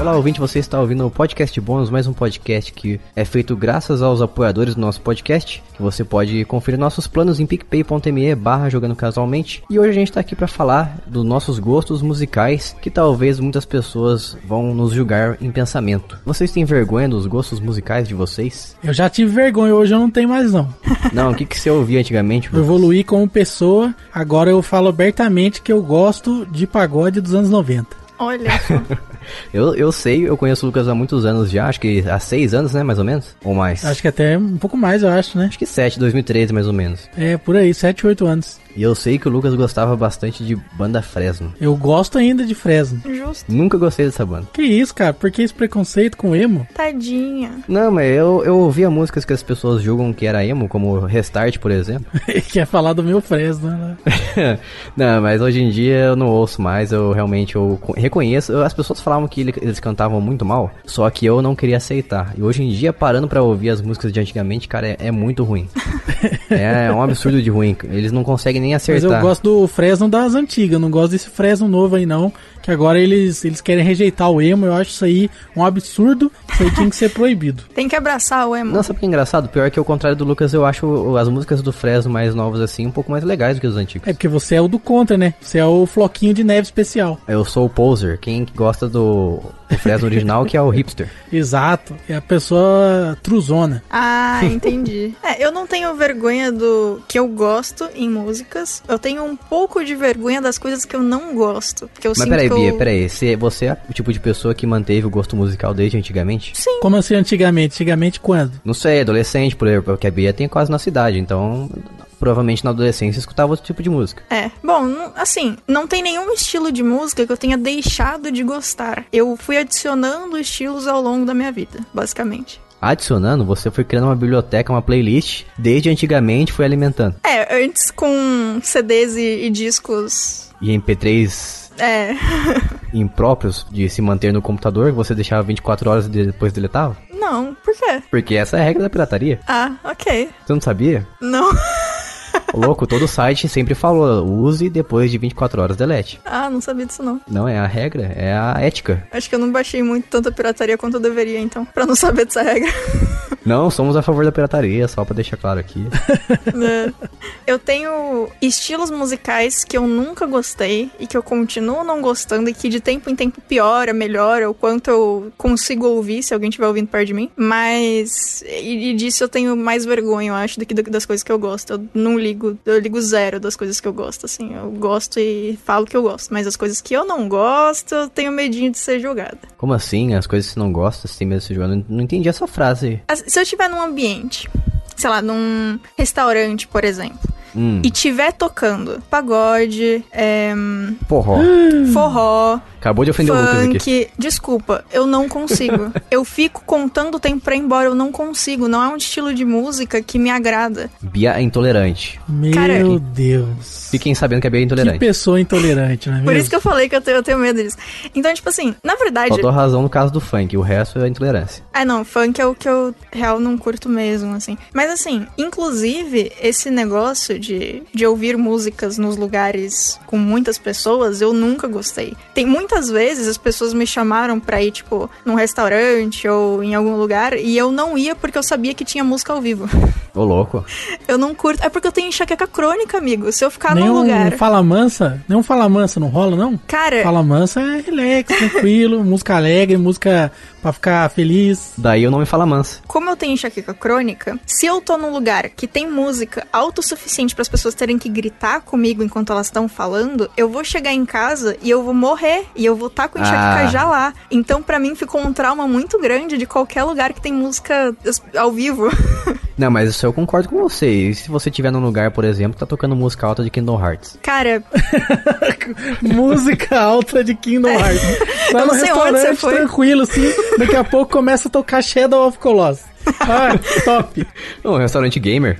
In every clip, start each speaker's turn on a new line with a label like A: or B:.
A: Olá, ouvinte, você está ouvindo o Podcast Bônus, mais um podcast que é feito graças aos apoiadores do nosso podcast. Que você pode conferir nossos planos em picpay.me barra jogando casualmente. E hoje a gente está aqui para falar dos nossos gostos musicais, que talvez muitas pessoas vão nos julgar em pensamento. Vocês têm vergonha dos gostos musicais de vocês?
B: Eu já tive vergonha, hoje eu não tenho mais não.
A: Não, o que, que você ouvia antigamente?
B: Eu evoluí como pessoa, agora eu falo abertamente que eu gosto de pagode dos anos 90.
C: Olha só.
A: Eu, eu sei, eu conheço o Lucas há muitos anos já, acho que há seis anos, né, mais ou menos? Ou mais?
B: Acho que até um pouco mais, eu acho, né?
A: Acho que sete, 2013 mais ou menos.
B: É, por aí, 7, 8 anos.
A: E eu sei que o Lucas gostava bastante de banda Fresno.
B: Eu gosto ainda de Fresno.
C: Justo.
A: Nunca gostei dessa banda.
B: Que isso, cara? Por que esse preconceito com emo?
C: Tadinha.
A: Não, mas eu, eu ouvia músicas que as pessoas julgam que era emo, como Restart, por exemplo.
B: Quer falar do meu Fresno, né?
A: não, mas hoje em dia eu não ouço mais, eu realmente eu co- reconheço. eu- As pessoas falavam que ele- eles cantavam muito mal, só que eu não queria aceitar. E hoje em dia, parando pra ouvir as músicas de antigamente, cara, é, é muito ruim. é um absurdo de ruim. Eles não conseguem nem
B: Mas
A: acertar.
B: eu gosto do Fresno das antigas, não gosto desse Fresno novo aí não, que agora eles, eles querem rejeitar o emo, eu acho isso aí um absurdo, isso aí tinha que ser proibido.
C: Tem que abraçar o emo.
A: Não, sabe o que é engraçado? Pior que ao contrário do Lucas, eu acho o- as músicas do Fresno mais novas assim um pouco mais legais do que os antigos.
B: É porque você é o do contra, né? Você é o floquinho de neve especial.
A: Eu sou o poser, quem gosta do do Fresno original que é o hipster.
B: Exato, é a pessoa truzona.
C: Ah, entendi. É, eu não tenho vergonha do que eu gosto em músicas. Eu tenho um pouco de vergonha das coisas que eu não gosto. Que eu
A: Mas
C: sinto
A: peraí,
C: que eu...
A: Bia, peraí, você, você é o tipo de pessoa que manteve o gosto musical desde antigamente? Sim.
B: Como assim antigamente? Antigamente quando?
A: Não sei, adolescente, por exemplo, porque a Bia tem quase na cidade, então provavelmente na adolescência escutava outro tipo de música.
C: É. Bom, não- assim, não tem nenhum estilo de música que eu tenha deixado de gostar. Eu fui adicionando estilos ao longo da minha vida, basicamente.
A: Adicionando, você foi criando uma biblioteca, uma playlist, desde antigamente foi alimentando.
C: É, antes com CDs e, e discos.
A: E MP3
C: É.
A: impróprios de se manter no computador, que você deixava 24 horas e depois deletava?
C: Não, por quê?
A: Porque essa é a regra da pirataria.
C: Ah, ok.
A: Você não sabia?
C: Não.
A: Ô, Louco, todo site sempre falou, use depois de 24 horas delete.
C: Ah, não sabia disso não.
A: Não é a regra, é a ética.
C: Acho que eu não baixei muito tanta pirataria quanto eu deveria, então, pra não saber dessa regra.
A: Não, somos a favor da pirataria, só pra deixar claro aqui.
C: Né? eu tenho estilos musicais que eu nunca gostei e que eu continuo não gostando e que de tempo em tempo piora, melhora, o quanto eu consigo ouvir se alguém estiver ouvindo perto de mim. Mas. E, e disso eu tenho mais vergonha, eu acho, do que do- das coisas que eu gosto. Eu não ligo, eu ligo zero das coisas que eu gosto, assim. Eu gosto e falo que eu gosto, mas as coisas que eu não gosto, eu tenho medinho de ser julgada.
A: Como assim? As coisas que você não gosta, você tem medo de se jogar? Não- Não entendi essa frase.
C: As- Se eu estiver num ambiente, sei lá, num restaurante, por exemplo,
A: Hum,
C: e tiver tocando pagode, é,
A: porró.
C: forró,
A: Acabou de ofender o Lucas aqui.
C: funk, desculpa, eu não consigo. eu fico contando o tempo pra ir embora, eu não consigo. Não é um estilo de música que me agrada.
A: Bia é intolerante.
B: Meu
C: Cara,
B: Deus.
A: Fiquem sabendo que a Bia é
B: Que
A: intolerante.
B: pessoa intolerante, não é mesmo?
C: Por isso que eu falei que eu tenho, eu tenho medo disso. Então, tipo assim, na verdade.
A: Faltou razão no caso do funk, o resto é intolerância.
C: Ah, não, funk é o que eu real não curto mesmo, assim. Mas assim, inclusive, esse negócio de, de ouvir músicas nos lugares com muitas pessoas, eu nunca gostei. Tem muitas vezes as pessoas me chamaram pra ir, tipo, num restaurante ou em algum lugar, e eu não ia porque eu sabia que tinha música ao vivo.
A: Ô, louco.
C: Eu não curto. É porque eu tenho enxaqueca crônica, amigo. Se eu ficar
B: nem
C: num
B: um
C: lugar.
B: fala mansa, nem um fala mansa não rola não?
C: Cara,
B: Fala mansa é relax, tranquilo, música alegre, música pra ficar feliz.
A: Daí o nome fala mansa.
C: Como eu tenho enxaqueca crônica, se eu tô num lugar que tem música autossuficiente para as pessoas terem que gritar comigo enquanto elas estão falando, eu vou chegar em casa e eu vou morrer e eu vou estar com enxaqueca
A: Ah.
C: já lá. Então, pra mim ficou um trauma muito grande de qualquer lugar que tem música es- ao vivo.
A: Não, mas isso eu concordo com você. E se você tiver num lugar, por exemplo, tá tocando música alta de Kingdom Hearts?
C: Cara,
B: música alta de Kingdom Hearts. Vai
C: É. Eu
B: no
C: não sei onde você
B: restaurante
C: foi.
B: tranquilo assim, daqui a pouco começa a tocar Shadow of Colossus. Ah, top.
A: Um restaurante gamer?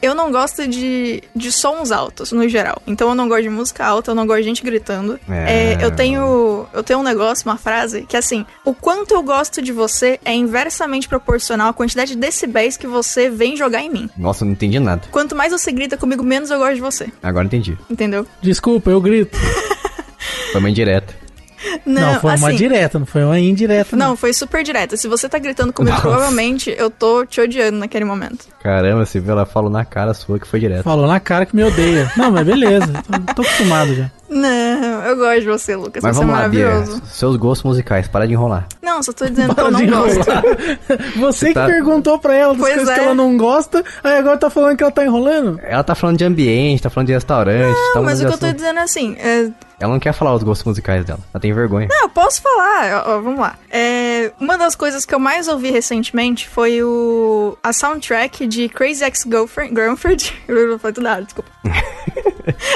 C: Eu não gosto de, de sons altos, no geral. Então eu não gosto de música alta, eu não gosto de gente gritando.
A: É.
C: É, eu tenho. Eu tenho um negócio, uma frase, que assim, o quanto eu gosto de você é inversamente proporcional à quantidade de decibéis que você vem jogar em mim.
A: Nossa, não entendi nada.
C: Quanto mais você grita comigo, menos eu gosto de você.
A: Agora entendi.
C: Entendeu?
B: Desculpa, eu grito.
A: Foi uma indireta.
B: Não, foi uma direta, não foi uma indireta.
C: Assim, Não, foi super direta. Se você tá gritando comigo,
A: né? Nossa.
C: provavelmente eu tô te odiando naquele momento.
A: Caramba, você viu? Ela falou na cara sua que foi direto.
B: Falou na cara que me odeia. Não, mas beleza. Tô, tô acostumado já.
C: Não, eu gosto de você, Lucas.
A: Mas
C: você é
A: vamos lá, Bia.
C: maravilhoso.
A: Seus gostos musicais, para de enrolar.
C: Não, só tô dizendo que
B: Para
C: eu
B: de
C: não gosto.
B: enrolar. Você que
A: tá-
B: perguntou pra ela das
C: Pois
B: coisas que
C: é.
B: ela não gosta, aí agora tá falando que ela tá enrolando?
A: Ela tá falando de ambiente, tá falando de restaurante, tá
C: Não,
A: mudando
C: mas o
A: de
C: que eu tô
A: assunto.
C: dizendo é assim. é,
A: Ela não quer falar os gostos musicais dela. Ela tem vergonha.
C: Ah, eu posso falar. Ó, ó, vamos lá. É, uma das coisas que eu mais ouvi recentemente foi o a soundtrack de Crazy Ex-Girlfriend. Girlfriend? Eu falei tudo errado, desculpa.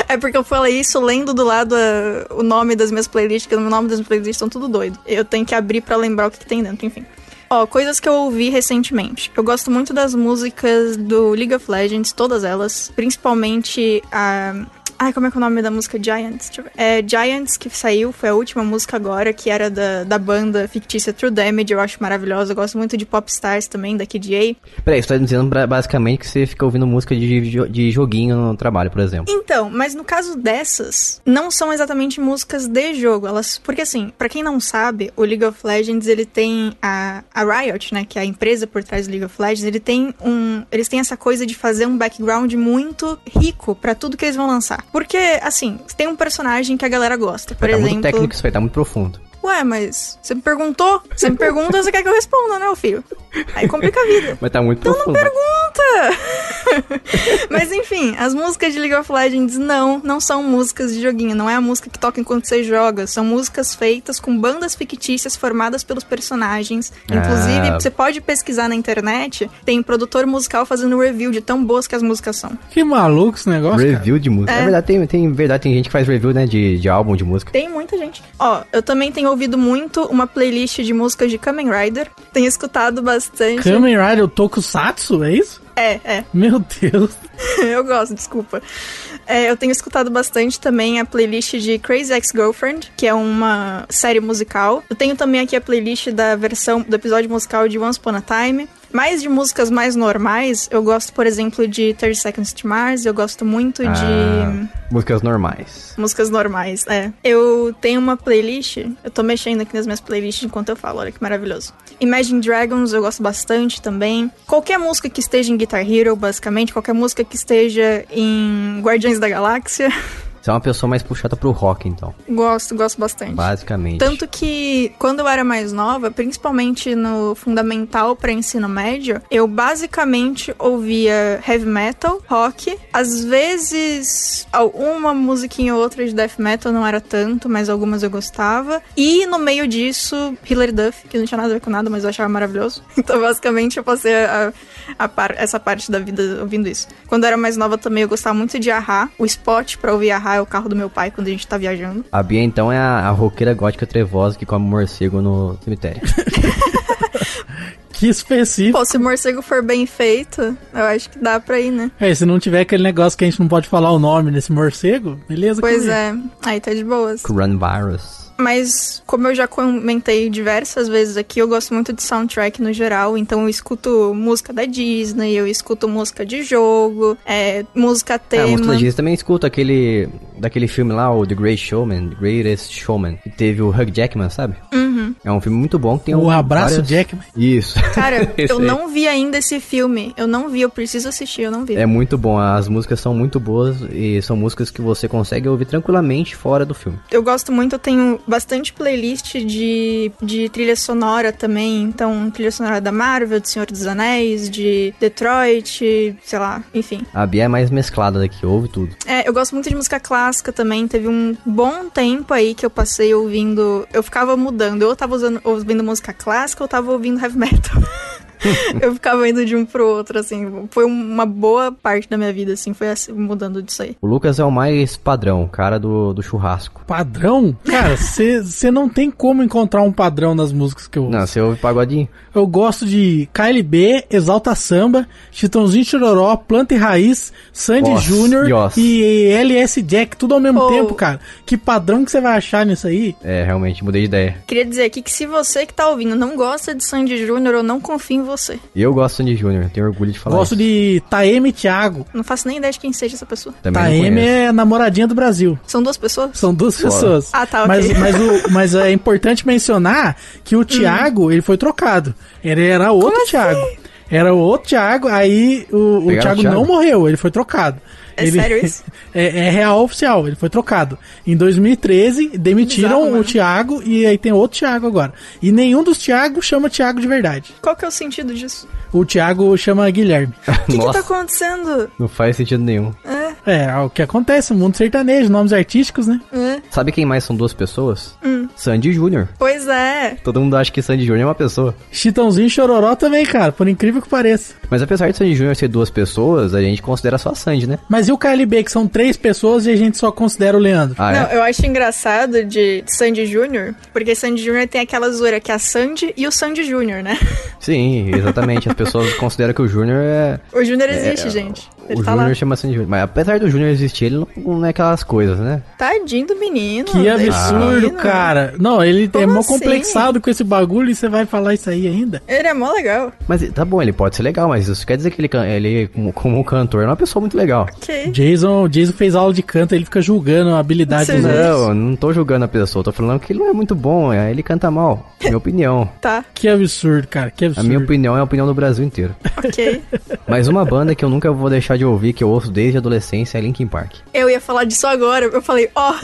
C: é porque eu falei isso lendo do lado a- o nome das minhas playlists, que o nome das minhas playlists são tudo doido. Eu tenho que abrir pra lembrar o que, que tem dentro, enfim. Ó, coisas que eu ouvi recentemente. Eu gosto muito das músicas do League of Legends, todas elas. Principalmente a. Ai, como é que é o nome da música? Giants. Deixa eu ver. É, Giants, que saiu, foi a última música agora, que era da, da banda fictícia True Damage, eu acho maravilhosa. Eu gosto muito de Popstars também, da Kid A.
A: Peraí, você tá dizendo bra- basicamente que você fica ouvindo música de, jo- de joguinho no trabalho, por exemplo.
C: Então, mas no caso dessas, não são exatamente músicas de jogo. Elas, porque assim, pra quem não sabe, o League of Legends, ele tem a, a Riot, né, que é a empresa por trás do League of Legends, ele tem um, eles têm essa coisa de fazer um background muito rico pra tudo que eles vão lançar. Porque assim, tem um personagem que a galera gosta, por
A: tá
C: exemplo,
A: muito técnico isso aí, tá muito profundo.
C: Ué, mas você me perguntou? Você me pergunta, você quer que eu responda, né, ô filho? Aí complica a vida.
A: Mas tá muito profundo.
C: Mas enfim, as músicas de League of Legends não, não são músicas de joguinho, não é a música que toca enquanto você joga, são músicas feitas com bandas fictícias formadas pelos personagens. Inclusive,
A: Ah.
C: você pode pesquisar na internet, tem um produtor musical fazendo review de tão boas que as músicas são.
B: Que maluco esse negócio, cara.
A: Review de música.
C: É.
A: Na verdade, tem, tem, verdade, tem gente que faz review, né, de, de álbum, de música.
C: Tem muita gente. Ó, eu também tenho ouvido muito uma playlist de músicas de Kamen Rider, tenho escutado bastante.
B: Kamen Rider Tokusatsu, é isso?
C: É, é.
B: Meu Deus.
C: eu gosto, desculpa. É, eu tenho escutado bastante também a playlist de Crazy Ex-Girlfriend, que é uma série musical. Eu tenho também aqui a playlist da versão do episódio musical de Once Upon a Time. Mais de músicas mais normais, eu gosto, por exemplo, de 30 Seconds to Mars, eu gosto muito de.
A: Ah, músicas normais.
C: Músicas normais, é. Eu tenho uma playlist, eu tô mexendo aqui nas minhas playlists enquanto eu falo, olha que maravilhoso. Imagine Dragons eu gosto bastante também. Qualquer música que esteja em Guitar Hero, basicamente, qualquer música que esteja em Guardiões da Galáxia,
A: Você é uma pessoa mais puxada pro rock, então.
C: gosto, gosto bastante.
A: Basicamente.
C: Tanto que quando eu era mais nova, principalmente no fundamental para ensino médio, eu basicamente ouvia heavy metal, rock, às vezes uma musiquinha ou outra de death metal não era tanto, mas algumas eu gostava. E no meio disso, Hilary Duff, que não tinha nada a ver com nada, mas eu achava maravilhoso. Então basicamente eu passei a, a par- essa parte da vida ouvindo isso. Quando eu era mais nova também eu gostava muito de Ahá. O spot para ouvir Ahá é o carro do meu pai quando a gente tá viajando.
A: A Bia, então, é a, a roqueira gótica trevosa que come morcego no cemitério.
B: Que específico.
C: Pô, se o morcego for bem feito, eu acho que dá pra ir, né?
B: É, se não tiver aquele negócio que a gente não pode falar o nome desse morcego, beleza?
C: Pois
B: que-
C: é, aí tá de boas.
A: Coronavirus.
C: Mas, como eu já comentei diversas vezes aqui, eu gosto muito de soundtrack no geral, então eu escuto música da Disney, eu escuto música de jogo, é, música
A: É, a música
C: tema.
A: da Disney também escuto aquele. daquele filme lá, o The Great Showman, The Greatest Showman, que teve o Hugh Jackman, sabe?
C: Uhum.
A: É um filme muito bom que tem
B: O
A: um-
B: abraço
A: várias-
B: Jack. Jackman.
A: Isso.
C: Cara,
A: Esse
C: eu
A: aí.
C: não vi ainda esse filme. Eu não vi, eu preciso assistir, eu não vi.
A: É muito bom, as músicas são muito boas e são músicas que você consegue ouvir tranquilamente fora do filme.
C: Eu gosto muito, eu tenho bastante playlist de, de trilha sonora também. Então, trilha sonora da Marvel, do Senhor dos Anéis, de Detroit, sei lá, enfim.
A: A Bia é mais mesclada daqui, ouve tudo.
C: É, eu gosto muito de música clássica também. Teve um bom tempo aí que eu passei ouvindo. Eu ficava mudando. Eu tava usando- ouvindo música clássica, eu tava ouvindo heavy metal. eu ficava indo de um pro outro, assim. Foi uma boa parte da minha vida, assim, foi assim, mudando disso aí.
A: O Lucas é o mais padrão, cara do, do churrasco.
B: Padrão? Cara, você não tem como encontrar um padrão nas músicas que eu ouço.
A: Não, você ouve pagodinho?
B: Eu gosto de KLB, Exalta Samba, Chitãozinho Chororó, Planta e Raiz, Sandy
A: Nossa,
B: Júnior
A: nossa.
B: e LS Jack, tudo ao mesmo
C: Oh.
B: tempo, cara. Que padrão que você vai achar nisso aí?
A: É, realmente, mudei de ideia.
C: Queria dizer aqui que se você que tá ouvindo não gosta de Sandy Júnior, eu não confio em você.
A: Eu gosto de Júnior, tenho orgulho de falar
B: gosto
A: isso.
B: de Taeme e Thiago.
C: Não faço nem ideia de quem seja essa pessoa.
A: Também não
B: Taeme
A: conheço.
B: é namoradinha do Brasil.
C: São duas pessoas?
B: São duas
A: Fora.
B: pessoas.
C: Ah, tá, ok. Hum.
B: Mas, mas, o- mas é importante mencionar que o Thiago, ele foi trocado. Ele era outro
C: assim?
B: Thiago. Era o outro Thiago, aí o,
A: Pegaram
B: o
A: o
B: Thiago
A: Thiago?
B: não morreu, ele foi trocado.
C: É
B: Ele-
C: sério isso?
B: É, é real oficial, ele foi trocado. Em 2013, demitiram
C: Bizarro,
B: o
C: mano.
B: Thiago e aí tem outro Thiago agora. E nenhum dos Thiago chama Thiago de verdade.
C: Qual que é o sentido disso?
B: O Thiago chama Guilherme.
C: O que, que tá
A: Nossa,
C: acontecendo?
A: não faz sentido nenhum.
B: É, é o que acontece, o mundo sertanejo, nomes artísticos, né?
C: Hã?
A: Sabe quem mais são duas pessoas?
C: Hum.
A: Sandy Júnior.
C: Pois é.
A: Todo mundo acha que Sandy Júnior é uma pessoa.
B: Chitãozinho e Chororó também, cara, por incrível que pareça.
A: Mas apesar de Sandy Júnior ser duas pessoas, a gente considera só a Sandy, né?
B: Mas e o KLB, que são três pessoas e a gente só considera o Leandro?
A: Ah,
C: Não,
A: é?
C: eu acho engraçado de Sandy Júnior, porque Sandy Júnior tem aquela zoeira que é a Sandy e o Sandy Júnior, né?
A: Sim, exatamente. As pessoas consideram que o Júnior é...
C: O Júnior existe, gente. Ele
A: o
C: tá
A: Júnior
C: lá.
A: chama Sandy Júnior. Mas apesar do Júnior existir, ele não, não é aqulas coisas, né?
C: Tadinho do menino.
B: Que
C: desse
B: absurdo,
C: menino.
B: cara. Não, ele é
C: Ah, Como
B: mó
C: assim?
B: complexado com esse bagulho e você vai falar isso aí ainda?
C: Ele é mó legal.
A: Mas tá bom, ele pode ser legal, mas isso quer dizer que ele, can- ele como, como um cantor, é uma pessoa muito legal.
C: Ok.
B: Jason, Jason fez aula de canto, ele fica julgando a habilidade
C: Sim.
B: dos outros.
A: Não, não tô julgando a pessoa, tô falando que ele não é muito bom, é, ele canta mal. Minha opinião.
C: Tá,
B: Que absurdo, cara. Que
A: A
B: absurdo.
A: minha opinião é a opinião do Brasil inteiro.
C: ok.
A: Mas uma banda que eu nunca vou deixar de ouvir, que eu ouço desde a adolescência, é Linkin Park.
C: Eu ia falar disso agora. Eu falei, ó,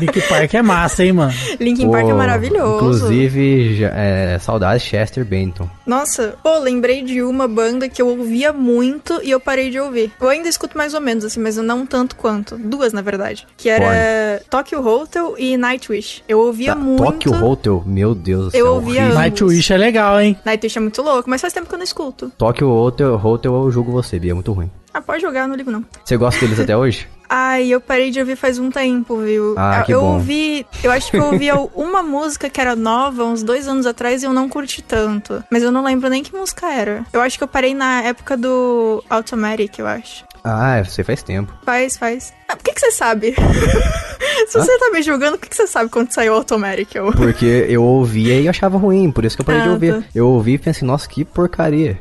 B: Linkin Park é massa, hein, mano?
C: Linkin Park é
A: Pô,
C: maravilhoso.
A: Inclusive, já- é, saudades Chester Bennington.
C: Nossa, pô, lembrei de uma banda que eu ouvia muito e eu parei de ouvir. Eu ainda escuto mais ou menos, assim, mas eu não tanto quanto. Duas, na verdade. Que era Tokyo Hotel e Nightwish. Eu ouvia
A: Tá,
C: muito.
A: Tokyo Hotel, meu Deus do céu.
C: Eu ouvia
A: horrível.
C: ambos.
B: Nightwish é legal, hein?
C: Nightwish é muito louco, mas faz tempo que eu não escuto.
A: Tokyo Hotel, Hotel eu julgo você, Bia, é muito ruim.
C: Ah, pode jogar, eu não ligo não.
A: Você gosta deles até hoje?
C: Ai, eu parei de ouvir faz um tempo, viu?
A: Ah,
C: eu
A: que
C: eu
A: bom.
C: ouvi. Eu acho que eu ouvi uma música que era nova uns dois anos atrás e eu não curti tanto. Mas eu não lembro nem que música era. Eu acho que eu parei na época do Automatic, eu acho.
A: Ah, você faz tempo.
C: Faz, faz. Ah, por que, que você sabe? Se você tá me julgando, por que, que você sabe quando saiu o Automatic? Eu...
A: Porque eu ouvia e achava ruim, por isso que eu parei de
C: Ah,
A: ouvir. Eu ouvi e pensei, nossa, que porcaria.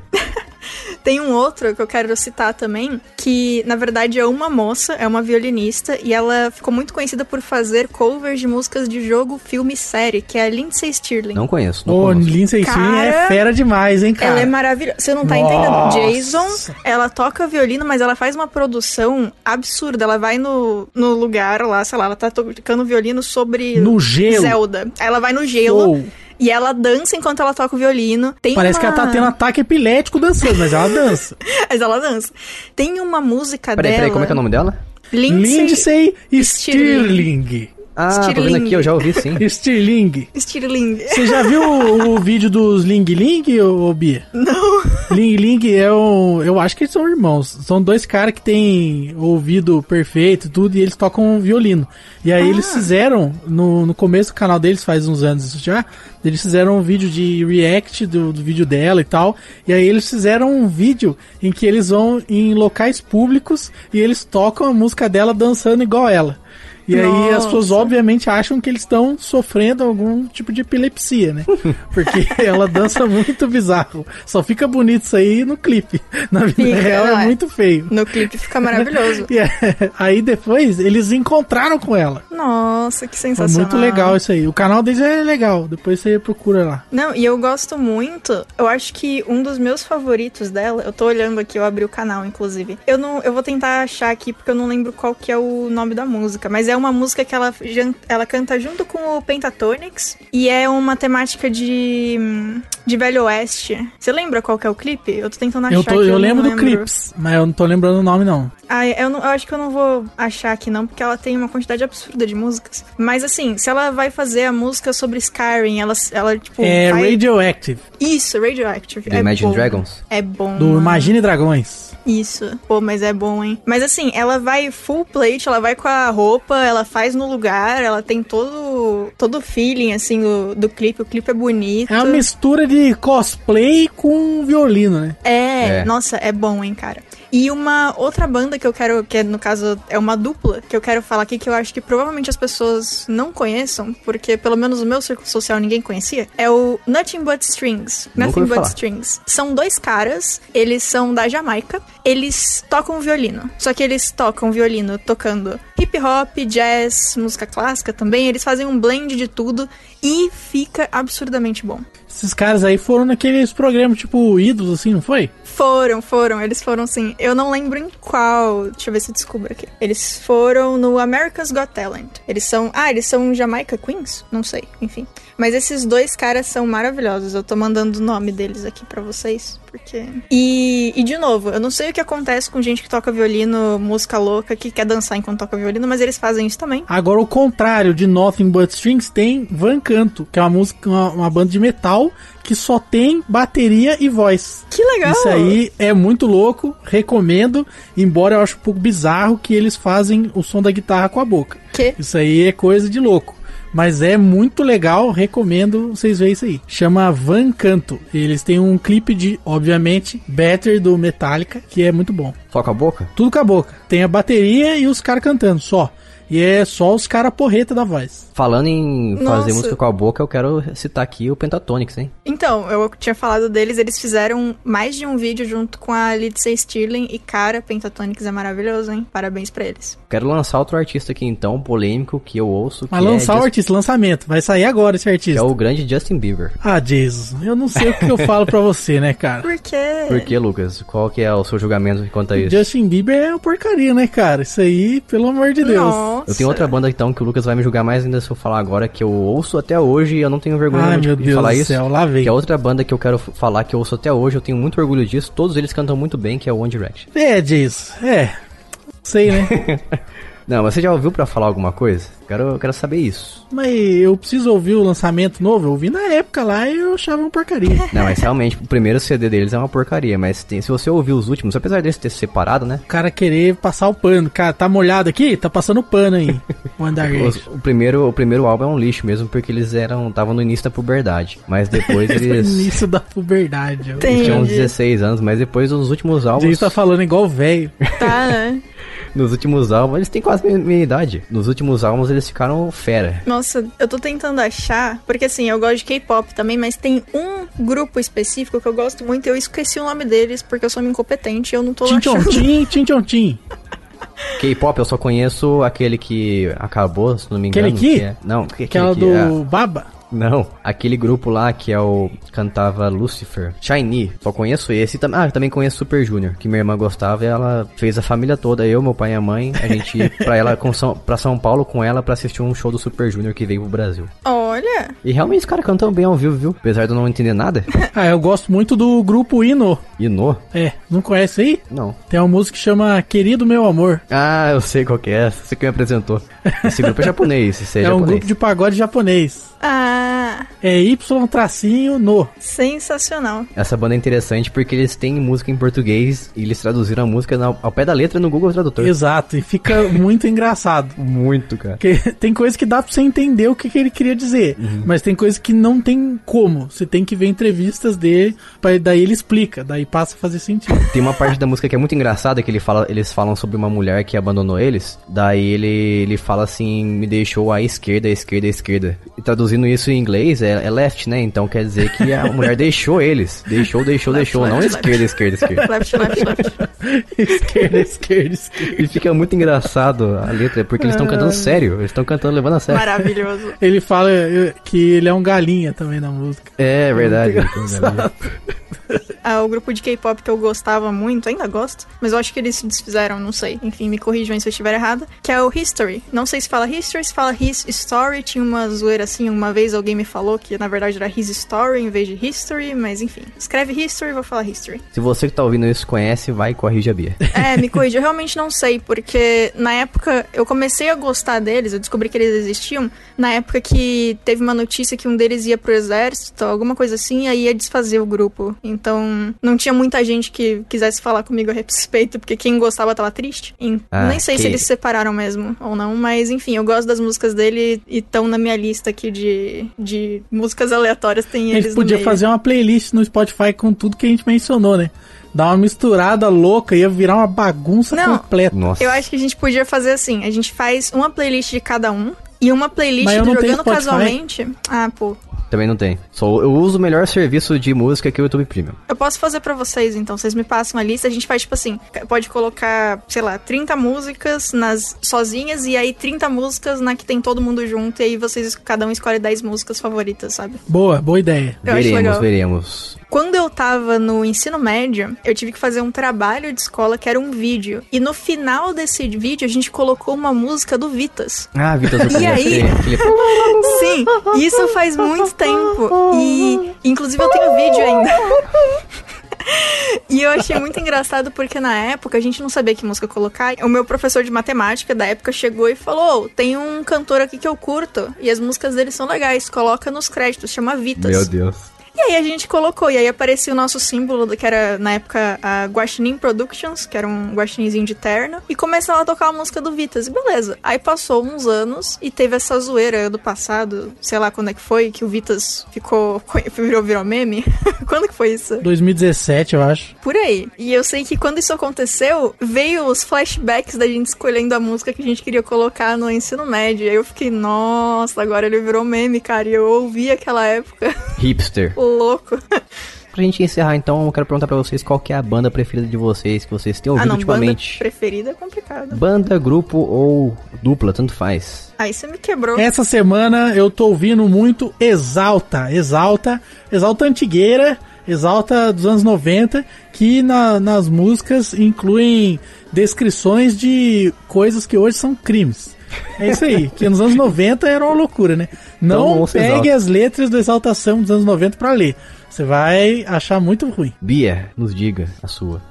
C: Tem um outro que eu quero citar também, que na verdade é uma moça, é uma violinista, e ela ficou muito conhecida por fazer covers de músicas de jogo, filme e série, que é a Lindsay Stirling.
A: Não conheço, não
B: Ô,
A: conheço.
B: Lindsay Stirling é
C: Cara,
B: fera demais, hein, cara?
C: Ela é maravilhosa. Você não tá
B: Nossa.
C: entendendo. Jason, ela toca violino, mas ela faz uma produção absurda. Ela vai no, no lugar lá, sei lá, ela tá tocando violino sobre
B: No gelo.
C: Zelda. Ela vai no é gelo
B: Ou,
C: e ela dança enquanto ela toca o violino. Tem
B: parece
C: uma-
B: que ela tá tendo ataque epilético dançando, mas ela dança.
C: Mas ela dança. Tem uma música
A: Peraí,
C: dela.
A: peraí, como é que é o nome dela?
C: Lindsay,
B: Lindsay Stirling.
C: Stirling.
A: Ah, tô vendo
C: Stirling.
A: aqui, eu já ouvi sim.
B: Stirling.
C: Stirling.
B: Você já viu o, o vídeo dos Ling Ling, ô ô, Bia?
C: Não.
B: Ling Ling é um. Eu acho que eles são irmãos. São dois caras que têm ouvido perfeito e tudo, e eles tocam violino. E aí eles fizeram, no, no começo do canal deles, faz uns anos isso já, eles fizeram um vídeo de react do, do vídeo dela e tal. E aí eles fizeram um vídeo em que eles vão em locais públicos e eles tocam a música dela dançando igual ela. E aí as
C: Nossa.
B: pessoas obviamente acham que eles estão sofrendo algum tipo de epilepsia, né? Porque ela dança muito bizarro. Só fica bonito isso aí no clipe. Na vida
C: Fica,
B: real
C: não
B: é
C: é?
B: muito feio.
C: No clipe fica maravilhoso.
B: E é- aí depois eles encontraram com ela.
C: Nossa, que
B: Foi
C: sensacional.
B: É muito legal isso aí. O canal deles é legal. Depois você procura lá.
C: Não, e eu gosto muito. Eu acho que um dos meus favoritos dela, eu tô olhando aqui, eu abri o canal, inclusive. Eu não, eu vou tentar achar aqui porque eu não lembro qual que é o nome da música, mas é uma música que ela, jan- ela canta junto com o Pentatonix. E é uma temática de. de Velho Oeste. Você lembra qual que é o clipe? Eu tô tentando achar.
B: Eu, tô,
C: aqui,
B: eu
C: não
B: lembro do Crips, mas eu não tô lembrando o nome, não.
C: Ah, eu, não- eu acho que eu não vou achar aqui não, porque ela tem uma quantidade absurda de músicas. Mas assim, se ela vai fazer a música sobre Skyrim, ela, ela tipo.
B: É
C: vai-
B: Radioactive,
C: Isso, Radioactive.
A: Do
C: é
A: Imagine
C: bom.
A: Dragons?
C: É bom.
B: do Imagine Dragões.
C: Isso. Pô, mas é bom, hein? Mas assim, ela vai full plate, ela vai com a roupa, ela faz no lugar, ela tem todo todo o feeling, assim, do, do clipe. O clipe é bonito.
B: É uma mistura de cosplay com violino, né?
C: É,
A: É.
C: nossa, é bom, hein, cara. E uma outra banda que eu quero, que é, no caso é uma dupla, que eu quero falar aqui, que eu acho que provavelmente as pessoas não conheçam, porque pelo menos no meu círculo social ninguém conhecia, é o Nothing But Strings.
A: Nunca
C: Nothing
A: ouvi
C: But
A: falar.
C: Strings. São dois caras, eles são da Jamaica, eles tocam violino. Só que eles tocam violino tocando hip hop, jazz, música clássica também, eles fazem um blend de tudo e fica absurdamente bom.
B: Esses caras aí foram naqueles programas tipo ídolos, assim, não foi?
C: Foram, foram, eles foram sim. Eu não lembro em qual. Deixa eu ver se eu descubro aqui. Eles foram no America's Got Talent. Eles são. Ah, eles são Jamaica Queens? Não sei, enfim. Mas esses dois caras são maravilhosos. Eu tô mandando o nome deles aqui pra vocês, porque. E, e de novo, eu não sei o que acontece com gente que toca violino, música louca, que quer dançar enquanto toca violino, mas eles fazem isso também.
B: Agora, o contrário de Nothing But Strings tem Van Canto, que é uma música, uma, uma banda de metal que só tem bateria e voz.
C: Que legal!
B: Isso aí é muito louco, recomendo, embora eu acho um pouco bizarro que eles fazem o som da guitarra com a boca.
C: Que?
B: Isso aí é coisa de louco. Mas é muito legal, recomendo vocês verem isso aí. Chama Van Canto. Eles têm um clipe de, obviamente, Better do Metallica, que é muito bom.
A: Só com a boca?
B: Tudo com a boca. Tem a bateria e os caras cantando só. E é só os caras porreta da voz.
A: Falando em fazer
C: Nossa.
A: música com a boca, eu quero citar aqui o Pentatonix, hein?
C: Então, eu tinha falado deles, eles fizeram mais de um vídeo junto com a Lindsay Stirling e cara, Pentatonix é maravilhoso, hein? Parabéns pra eles.
A: Quero lançar outro artista aqui então, polêmico, que eu ouço, que,
B: Mas lançar
A: é,
B: o
A: Just-
B: artista, lançamento. Vai sair agora esse
A: que é
B: artista.
A: o grande Justin Bieber.
B: Ah, Jesus, eu não sei o que eu falo pra você, né, cara?
C: Por quê?
A: Por que, Lucas? Qual que é o seu julgamento quanto a isso?
B: Justin Bieber é uma porcaria, né, cara? Isso aí, pelo amor de Deus.
C: Nossa.
A: Eu tenho outra banda então que o Lucas vai me julgar mais ainda se eu falar agora, que eu ouço até hoje e eu não tenho vergonha
B: Ai,
A: de,
B: meu
A: de
B: Deus
A: falar
B: do
A: isso.
B: céu, lá vem.
A: Que é outra banda que eu quero f- falar que eu ouço até hoje, eu tenho muito orgulho disso. Todos eles cantam muito bem, que é o One Direction.
B: É, Jesus, é. Sei, né?
A: Não, mas você já ouviu pra falar alguma coisa? Quero, quero saber isso.
B: Mas eu preciso ouvir o lançamento novo. Eu ouvi na época lá e eu achava uma porcaria.
A: Não, mas realmente, o primeiro CD deles é uma porcaria, mas tem- se você ouvir os últimos, apesar deles ter se separado, né?
B: O cara querer passar o pano. Cara, tá molhado aqui? Tá passando pano aí. One
A: Os-
B: Direction.
A: o, primeiro, o primeiro álbum é um lixo mesmo, porque eles eram. estavam no início da puberdade. Mas depois eles.
B: Início da puberdade. ó.
A: eles tinham uns
C: Entendi.
A: 16 anos, mas depois os últimos
B: O
A: álbuns.
B: Jesus tá falando igual velho.
C: Tá, né?
A: Nos últimos álbuns, eles têm quase minha, minha idade. Nos últimos álbuns eles ficaram fera.
C: Nossa, eu tô tentando achar, porque assim, eu gosto de K-pop também, mas tem um grupo específico que eu gosto muito e eu esqueci o nome deles porque eu sou uma incompetente e eu não tô
B: Tchim tchom
C: achando.
B: tchim, tchim tchom tchim.
A: K-pop eu só conheço aquele que acabou, se não me engano.
B: Aquele que?
A: é- Não, que- aquele
B: Aquela
A: que
B: do Baba.
A: é- Não, aquele grupo lá que é o. cantava Lucifer. Shiny. Só conheço esse. e tam- Ah, também conheço Super Junior, que minha irmã gostava e ela fez a família toda, eu, meu pai e a mãe. A gente ia pra, ela, com São, pra São Paulo com ela pra assistir um show do Super Junior que veio pro Brasil.
C: Olha,
A: E realmente os caras cantam bem ao vivo, viu? Apesar de eu não entender nada.
B: Ah, eu gosto muito do grupo Hino.
A: E no?
B: É, não conhece aí?
A: Não.
B: Tem uma música que chama Querido Meu Amor.
A: Ah, eu sei qual que é. Você que me apresentou. Esse grupo é japonês, esse é,
B: É, um
A: japonês.
B: grupo de pagode japonês.
C: ah,
B: É Y tracinho no.
C: sensacional.
A: Essa banda é interessante porque eles têm música em português e eles traduziram a música na- ao pé da letra no Google Tradutor.
B: Exato, e fica muito engraçado.
A: Muito, cara.
B: Porque tem coisa que dá pra você entender o que, que ele queria dizer,
A: Uhum.
B: mas tem coisa que não tem como. Você tem que ver entrevistas dele, pra, daí ele explica, daí passa a fazer sentido.
A: Tem uma parte da música que é muito engraçada que ele fala, eles falam sobre uma mulher que abandonou eles. Daí ele, ele fala assim, me deixou à esquerda, à esquerda, à esquerda. E traduzindo isso em inglês é, é left, né? Então quer dizer que a mulher deixou eles. Deixou, deixou, deixou. Não esquerda, esquerda, esquerda.
C: Left, left, left.
B: esquerda, esquerda, esquerda.
A: E fica muito engraçado a letra, porque eles estão cantando sério. Eles estão cantando levando a sério.
C: Maravilhoso.
B: Ele fala eh, que ele é um galinha também na música.
A: É verdade.
C: Ah, o grupo de K-pop que eu gostava muito, ainda gosto, mas eu acho que eles se desfizeram, não sei. Enfim, me corrijam se eu estiver errada. Que é o History. Não sei se fala History, se fala His Story. Tinha uma zoeira assim, uma vez alguém me falou que na verdade era His Story em vez de History, mas enfim. Escreve History, vou falar History.
A: Se você que tá ouvindo isso conhece, vai e corrige a Bia.
C: É, me corrija, eu realmente não sei, porque na época eu comecei a gostar deles, eu descobri que eles existiam, na época que teve uma notícia que um deles ia pro exército, alguma coisa assim, e aí ia desfazer o grupo. Então, não tinha muita gente que quisesse falar comigo a respeito, porque quem gostava tava triste. E
A: Ah,
C: nem sei
A: que-
C: se eles se separaram mesmo ou não, mas enfim, eu gosto das músicas dele e estão na minha lista aqui de, de músicas aleatórias, tem
B: A
C: eles
B: gente
C: no
B: podia
C: meio.
B: fazer uma playlist no Spotify com tudo que a gente mencionou, né? Dar uma misturada louca, ia virar uma bagunça
C: Não.
B: completa.
A: Nossa.
C: Eu acho que a gente podia fazer assim: a gente faz uma playlist de cada um e uma playlist
B: Mas eu
C: do
B: não tenho
C: Jogando
B: Spotify.
C: Casualmente. Ah, pô.
A: Também não tem. Só eu uso o melhor serviço de música que o YouTube Premium.
C: Eu posso fazer pra vocês, então. Vocês me passam a lista. A gente faz, tipo assim, pode colocar, sei lá, 30 músicas nas sozinhas e aí 30 músicas na que tem todo mundo junto. E aí vocês, cada um escolhe 10 músicas favoritas, sabe?
B: Boa, boa ideia.
C: Eu acho
A: veremos,
C: legal.
A: veremos.
C: Quando eu tava no ensino médio, eu tive que fazer um trabalho de escola que era um vídeo. E no final desse vídeo, a gente colocou uma música do Vitas.
A: Ah, Vitor,
C: E
A: eu
C: aí?
A: aquele, aquele
C: Sim, isso faz muito tempo. E, inclusive, eu tenho vídeo ainda. E eu achei muito engraçado porque na época a gente não sabia que música colocar. O meu professor de matemática da época chegou e falou: "Ô, tem um cantor aqui que eu curto e as músicas dele são legais, coloca nos créditos, chama Vitas.
A: Meu Deus.
C: E aí a gente colocou, e aí aparecia o nosso símbolo, do- que era na época a Guaxinim Productions, que era um guaxininzinho de terno, e começaram a tocar a música do Vitas, e beleza. Aí passou uns anos e teve essa zoeira do passado, sei lá quando é que foi, que o Vitas ficou. virou, virou meme. quando que foi isso?
B: 2017, eu acho.
C: Por aí. E eu sei que quando isso aconteceu, veio os flashbacks da gente escolhendo a música que a gente queria colocar no ensino médio. E aí eu fiquei, nossa, agora ele virou meme, cara. E eu ouvi aquela época,
A: Hipster.
C: louco.
A: Pra gente encerrar, então, eu quero perguntar pra vocês qual que é a banda preferida de vocês, que vocês têm
C: Ah,
A: ouvido
C: não, banda
A: ultimamente.
C: preferida é complicado.
A: Banda, grupo ou dupla, tanto faz.
C: Aí você me quebrou.
B: Essa semana eu tô ouvindo muito Exalta, Exalta, Exalta Antigueira, Exalta dos anos 90, que na- nas músicas incluem descrições de coisas que hoje são crimes. É isso aí, que nos anos 90 era uma loucura, né?
A: Então
B: Não
A: ouça
B: pegue
A: Exalta.
B: as letras do Exaltação dos anos 90 pra ler. Você vai achar muito ruim.
A: Bia, nos diga a sua.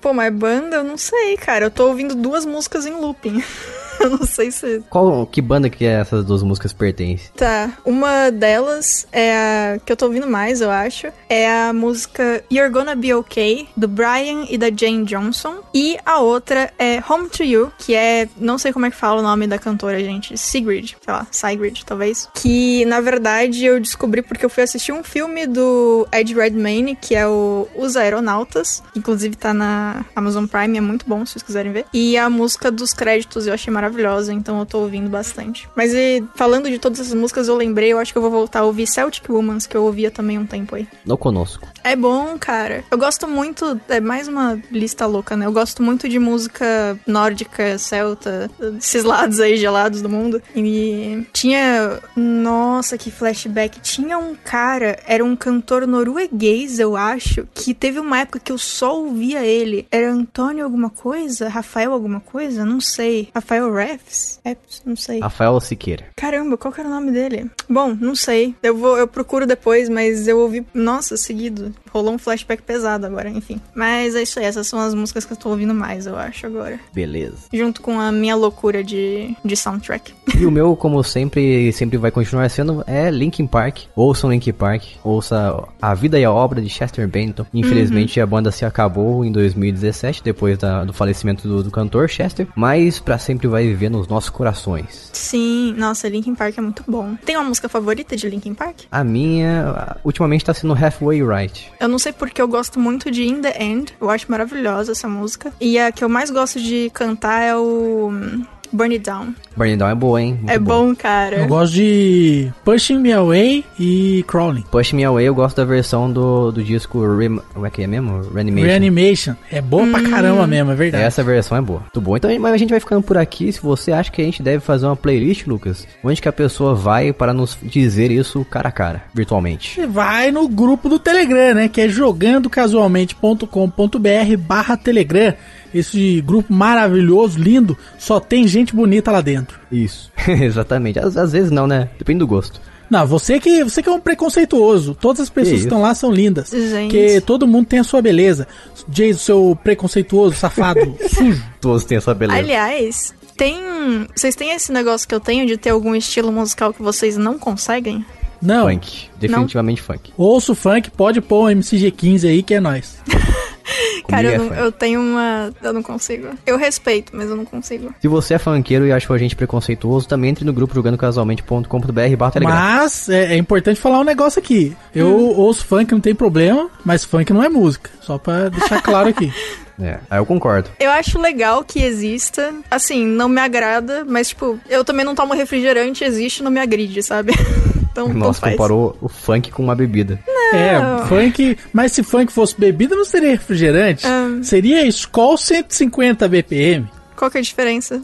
C: Pô, mas banda, eu não sei, cara. Eu tô ouvindo duas músicas em looping. eu não sei se.
A: Qual, que banda que essas duas músicas pertencem?
C: Tá. Uma delas é a que eu tô ouvindo mais, eu acho. É a música You're Gonna Be Okay, do Brian e da Jane Johnson. E a outra é Home to You, que é. Não sei como é que fala o nome da cantora, gente. Sigrid, sei lá, Sigrid, talvez. Que na verdade eu descobri porque eu fui assistir um filme do Ed Redmayne, que é o Os Aeronautas. Inclusive tá na Amazon Prime, é muito bom se vocês quiserem ver. E a música dos créditos eu achei maravilhosa, então eu tô ouvindo bastante. Mas e, falando de todas essas músicas, eu lembrei, eu acho que eu vou voltar a ouvir Celtic Womans, que eu ouvia também um tempo aí.
A: Não conosco.
C: É bom, cara. Eu gosto muito. É mais uma lista louca, né? Eu gosto muito de música nórdica, celta, esses lados aí gelados do mundo. E tinha. Nossa, que flashback. Tinha um cara, era um cantor norueguês, eu acho, que teve uma época que eu só ouvia ele. Era Antônio alguma coisa? Rafael alguma coisa? Não sei. Rafael Refs? É, não sei.
A: Rafael Siqueira.
C: Caramba, qual que era o nome dele? Bom, não sei. Eu vou, eu procuro depois, mas eu ouvi, nossa, seguido. Rolou um flashback pesado agora, enfim. Mas é isso aí, essas são as músicas que eu tô ouvindo mais, eu acho, agora.
A: Beleza.
C: Junto com a minha loucura de, de soundtrack.
A: E o meu, como sempre, sempre vai continuar sendo, é Linkin Park. Ouçam Linkin Park. Ouça A Vida e a Obra de Chester Bennington. Infelizmente, a banda se acabou em 2017, depois da- do falecimento do, do cantor Chester. Mas pra sempre vai viver nos nossos corações.
C: Sim, nossa, Linkin Park é muito bom. Tem uma música favorita de Linkin Park?
A: A minha, ah, ultimamente, tá sendo Halfway Right.
C: Eu não sei porque eu gosto muito de In The End. Eu acho maravilhosa essa música. E a que eu mais gosto de cantar é o hum, Burn It Down.
A: Burn It Down é boa, hein? Muito
C: é bom, cara.
B: Eu gosto de Pushing Me Away e Crawling.
A: Push Me Away eu gosto da versão do, do disco Rem... Como é que é mesmo? Reanimation.
B: Reanimation. É boa pra caramba mesmo, é verdade.
A: Essa versão é boa. Muito bom. Então, mas a gente vai ficando por aqui. Se você acha que a gente deve fazer uma playlist, Lucas, onde que a pessoa vai para nos dizer isso cara a cara, virtualmente?
B: Você vai no grupo do Telegram, né? Que é jogandocasualmente.com.br barra Telegram. Esse grupo maravilhoso, lindo, só tem gente bonita lá dentro.
A: Isso. Exatamente. Às, às vezes não, né? Depende do gosto.
B: Não, você que, você que é um preconceituoso. Todas as pessoas que
A: isso?
B: estão lá são lindas.
C: Gente.
B: Porque todo mundo tem a sua beleza. Jason, seu preconceituoso, safado, sujo.
A: Todos têm essa beleza.
C: Aliás, tem. Vocês têm esse negócio que eu tenho de ter algum estilo musical que vocês não conseguem?
B: Não.
A: Funk. Definitivamente funk.
B: Ouço funk, pode pôr um MCG15 aí que é nóis.
C: Cara,
A: é
C: eu, não,
A: funk.
C: eu tenho uma. Eu não consigo. Eu respeito, mas eu não consigo.
A: Se você é funkeiro e achou a gente preconceituoso, também entre no grupo jogando casualmente.com.br barra Telegram.
B: Mas é, é importante falar um negócio aqui. Eu ouço funk, não tem problema, mas funk não é música. Só pra deixar claro aqui.
A: É, aí eu concordo.
C: Eu acho legal que exista. Assim, não me agrada, mas, tipo, eu também não tomo refrigerante, existe, não me agride, sabe? Então, não
A: Nossa,
C: faz.
A: comparou o funk com uma bebida.
B: É, funk. Mas se funk fosse bebida, não seria refrigerante. Seria Skol 150 BPM.
C: Qual que é a diferença?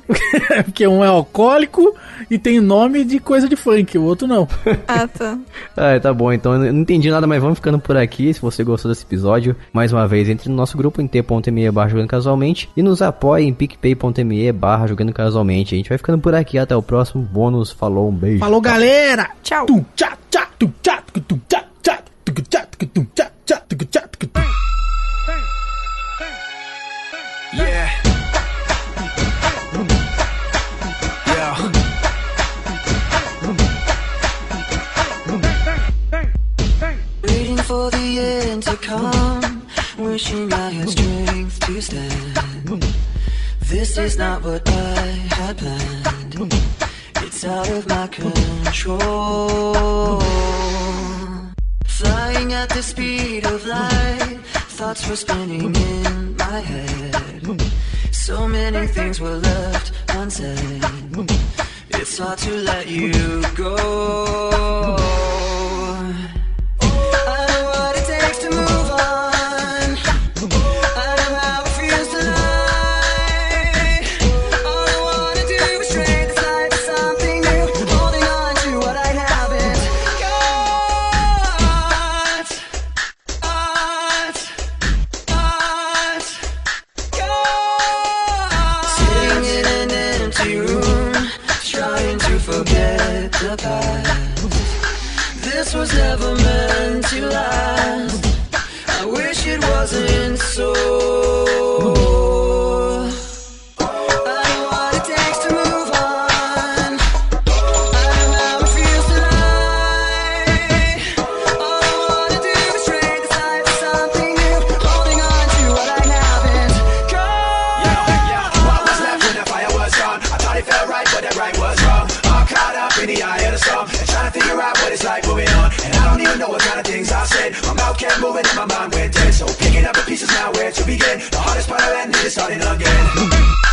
B: É porque um é alcoólico e tem nome de coisa de funk, o outro não.
C: ah, tá.
A: Ah, tá bom, então eu não entendi nada, mas vamos ficando por aqui. Se você gostou desse episódio, mais uma vez, entre no nosso grupo em t.me barra jogando casualmente e nos apoie em picpay.me barra jogando casualmente. A gente vai ficando por aqui, até o próximo bônus. Falou, um beijo.
B: Falou, galera!
C: Tchau.
B: Tum, tchá, tchá, tum, tchá, tucu, tum, tchá, tchá, tucu, tchá, tucu, tum, tchá, tchá, tucu, tchá, tucu, tum.
D: Yeah. Yeah.
E: Waiting for the end to come, wishing I had strength to stand. This is not what I had planned. It's out of my control. Flying at the speed of light, thoughts were spinning in my head. So many things were left unsaid. It's hard to let you go. I know what it takes to move on. I know how it feels to lie. All I wanna do is trade this life for something new, holding on to what I haven't got. Got, got, got. Sitting in an empty room, trying to forget the past. This was never meant to last. I wish it wasn't so. I know what it takes to move on. I know how it feels to lie. All I wanna do is trade this life for something new, holding on to what I haven't got.
D: What was left when the fire was gone? I thought it felt right, but that right was wrong. All caught up in the eye of the storm. And trying to figure out what it's like moving on. And I don't even know what kind of things I said. My mouth kept moving and my mind went dead. So picking up the pieces now where to begin. The hardest part of that is starting again.